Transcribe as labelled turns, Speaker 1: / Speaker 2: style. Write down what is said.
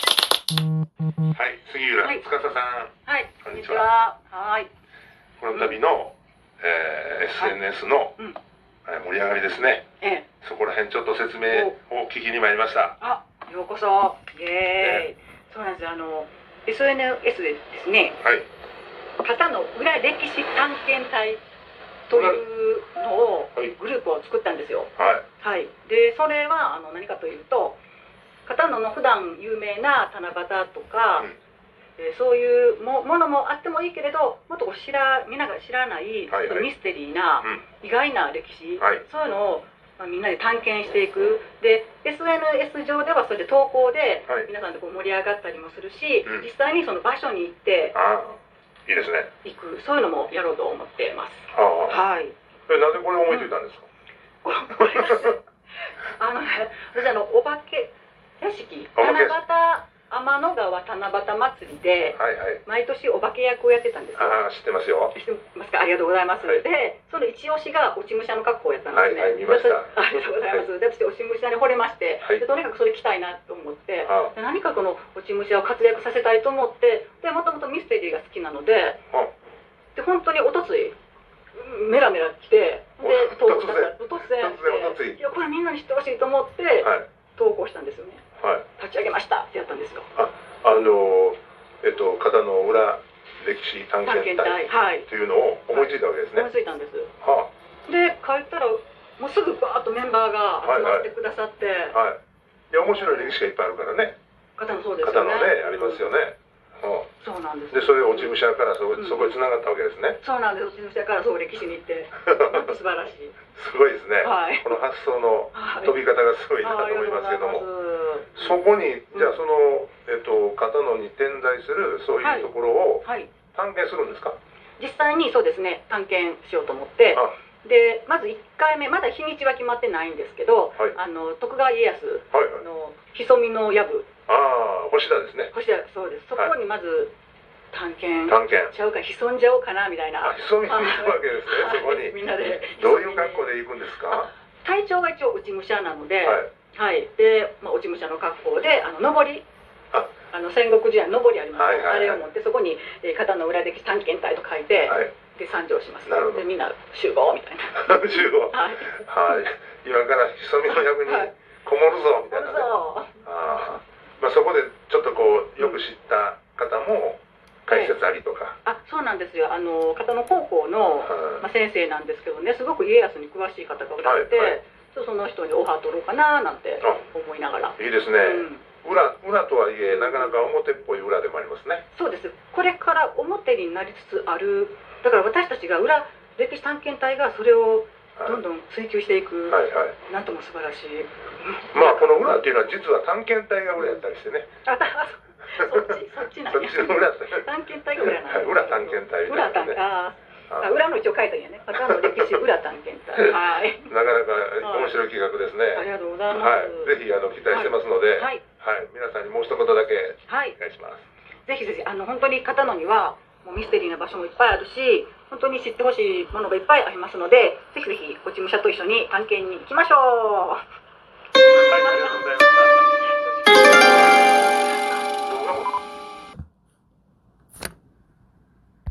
Speaker 1: はい、杉浦、
Speaker 2: はい
Speaker 1: 司さん、
Speaker 2: はい、
Speaker 1: こ
Speaker 2: こ
Speaker 1: ん
Speaker 2: ん
Speaker 1: に
Speaker 2: に
Speaker 1: ち
Speaker 2: ち
Speaker 1: は
Speaker 2: は。はい。
Speaker 1: この度の、えー
Speaker 2: はい
Speaker 1: SNS の、
Speaker 2: うん
Speaker 1: えー盛り上がりですね。
Speaker 2: ええ、
Speaker 1: そこら辺ちょっと説明を聞きに参りました。
Speaker 2: あ、ようこそ。イエーイ。そうなんです。あの SNS でですね、
Speaker 1: はい、
Speaker 2: 型の裏歴史探検隊というのを
Speaker 1: はい
Speaker 2: グループを作ったんですよ。
Speaker 1: はい、
Speaker 2: はい。で、それはあの何かというと、片野の普段有名な七夕とか。
Speaker 1: うん
Speaker 2: えーそういうもものもあってもいいけれどもっとこう知らみんなが知らない
Speaker 1: はいはい
Speaker 2: ちょっとミステリーな
Speaker 1: うん、
Speaker 2: 意外な歴史、
Speaker 1: はい
Speaker 2: そういうのを、まあ、みんなで探検していくで SNS 上ではそれで投稿で
Speaker 1: はい
Speaker 2: 皆さんでこう盛り上がったりもするし、
Speaker 1: うん
Speaker 2: 実際にその場所に行って
Speaker 1: あー、いいですね。
Speaker 2: いくそういうのもやろうと思ってます。
Speaker 1: ああ、
Speaker 2: はい
Speaker 1: えなんでこれ思いついたんですか。
Speaker 2: ここれ あのね私あのお化け屋敷
Speaker 1: お化
Speaker 2: 七
Speaker 1: け屋敷
Speaker 2: 夕天の川七夕祭りで
Speaker 1: はいはい、
Speaker 2: 毎年お化け役をやってたんですよ。
Speaker 1: ああ、知ってます よ。
Speaker 2: してますかありがとうございます、
Speaker 1: はい
Speaker 2: でその一押しが落ち武者の格好をやったんですね、
Speaker 1: はいはい見ました
Speaker 2: で私ありがとうございます、で私落ち武者に惚れまして、
Speaker 1: はい
Speaker 2: でとにかくそれ着たいなと思って
Speaker 1: あ
Speaker 2: で何かこの落ち武者を活躍させたいと思ってでもともとミステリーが好きなので
Speaker 1: あ、
Speaker 2: で本当におとついメラメラ来てで
Speaker 1: お
Speaker 2: 投稿したら突
Speaker 1: 然
Speaker 2: 然
Speaker 1: 突然おとつい
Speaker 2: いやこれみんなに知ってほしいと思って、
Speaker 1: はい、
Speaker 2: 投稿したんですよね
Speaker 1: はい、
Speaker 2: 立ち上げましたってやったんですよ
Speaker 1: あのー、えっと、肩の裏歴史探
Speaker 2: 探
Speaker 1: 検
Speaker 2: 検
Speaker 1: 隊
Speaker 2: 隊はい
Speaker 1: というのを思いついたわけですね
Speaker 2: 思い。ついたんです
Speaker 1: は
Speaker 2: で帰ったらもうすぐバーッとメンバーが集まってくださって、
Speaker 1: あ、はい。いや、面白い歴史がいっぱいあるからね。
Speaker 2: 方もそうです
Speaker 1: 肩
Speaker 2: よ
Speaker 1: のね、
Speaker 2: ね
Speaker 1: ありますよね。はあ
Speaker 2: そうなんです
Speaker 1: でそれを落ち武者からそこそこに繋がったわけですね。
Speaker 2: そうなんですうちの社からそう歴史に行って 素晴らしい
Speaker 1: すごいですね。
Speaker 2: はい
Speaker 1: この発想の
Speaker 2: はい
Speaker 1: 飛び方がすごいな
Speaker 2: あ
Speaker 1: と
Speaker 2: り
Speaker 1: 思
Speaker 2: が
Speaker 1: い
Speaker 2: とう
Speaker 1: ま
Speaker 2: ご
Speaker 1: すけども、そ
Speaker 2: ざいます
Speaker 1: こに
Speaker 2: うん
Speaker 1: じゃあそのえっと片野に点在するそう
Speaker 2: はいいう
Speaker 1: ところを
Speaker 2: はい
Speaker 1: 探検するんですか。
Speaker 2: 実際にそうですね探検しようと思って
Speaker 1: あ、
Speaker 2: でまず1回目まだ日にちは決まってないんですけど、
Speaker 1: はい
Speaker 2: あの徳川家康
Speaker 1: はいはい。
Speaker 2: の潜みの藪
Speaker 1: ああ、星田ですね。
Speaker 2: そしてそうですそこにまず探検
Speaker 1: 探検。
Speaker 2: ちゃうか潜んじゃおうかなみたいな
Speaker 1: あ、潜みに行くわけですね。そこ
Speaker 2: はい
Speaker 1: に。
Speaker 2: みんなで
Speaker 1: どういう格好で行くんですか。は
Speaker 2: 体調が一応内武者なので、
Speaker 1: い。
Speaker 2: はいで、まあ、内武者の格好であの上り
Speaker 1: あ
Speaker 2: あの戦国時代の上りあります、
Speaker 1: はいはいはい
Speaker 2: あれを持ってそこに、えー肩の裏で探検隊と書いて、
Speaker 1: はい。
Speaker 2: で参上します
Speaker 1: なるほど
Speaker 2: でみんな集合みたいな
Speaker 1: 十五。
Speaker 2: はい
Speaker 1: はい。今から潜みの役に
Speaker 2: はい
Speaker 1: こもるぞみたいなね。
Speaker 2: そう
Speaker 1: あーまあ、そこでちょっとこうよく知った方も解説ありとか、
Speaker 2: あそうなんですよあの片野高校の、まあ、先生なんですけどねすごく家康に詳しい方がおられて、
Speaker 1: はいは
Speaker 2: ちょっとその人にオファー取ろうかななんて
Speaker 1: あ
Speaker 2: 思いながら、
Speaker 1: いいです
Speaker 2: う
Speaker 1: ね、
Speaker 2: ん、
Speaker 1: 裏裏とはいえなかなか表っぽい裏でもありますね
Speaker 2: そうですこれから表になりつつあるだから私たちが裏歴史探検隊がそれを
Speaker 1: はい
Speaker 2: どんどん追求していく、
Speaker 1: はいはい
Speaker 2: なんとも素晴らしい。
Speaker 1: まあこの裏っていうのは実は探検隊が裏やったりしてね
Speaker 2: あ、そそっち、そっちな
Speaker 1: そ
Speaker 2: ん
Speaker 1: っ
Speaker 2: や
Speaker 1: ち。の裏って
Speaker 2: 探検隊が裏な
Speaker 1: はい
Speaker 2: ん
Speaker 1: 裏探検隊みたいな
Speaker 2: 裏探
Speaker 1: ね
Speaker 2: あー、
Speaker 1: あ
Speaker 2: あ裏の一応書いたんやね。パターンの歴史裏探検隊。はい。
Speaker 1: なかなか面白い企画です
Speaker 2: あり
Speaker 1: ね
Speaker 2: がとうございま
Speaker 1: は
Speaker 2: す。
Speaker 1: いぜひあの期待してますので、は
Speaker 2: はいい。
Speaker 1: 皆さんにもう一言だけ
Speaker 2: はい
Speaker 1: お。願いします
Speaker 2: ぜひぜひ、あの、本当に片野には、もうミステリーな場所もいっぱいあるし、本当に知ってほしいものがいっぱいありますので、ぜひぜひ、こっち武者と一緒に探検に行きましょう。
Speaker 1: はいありがとうございました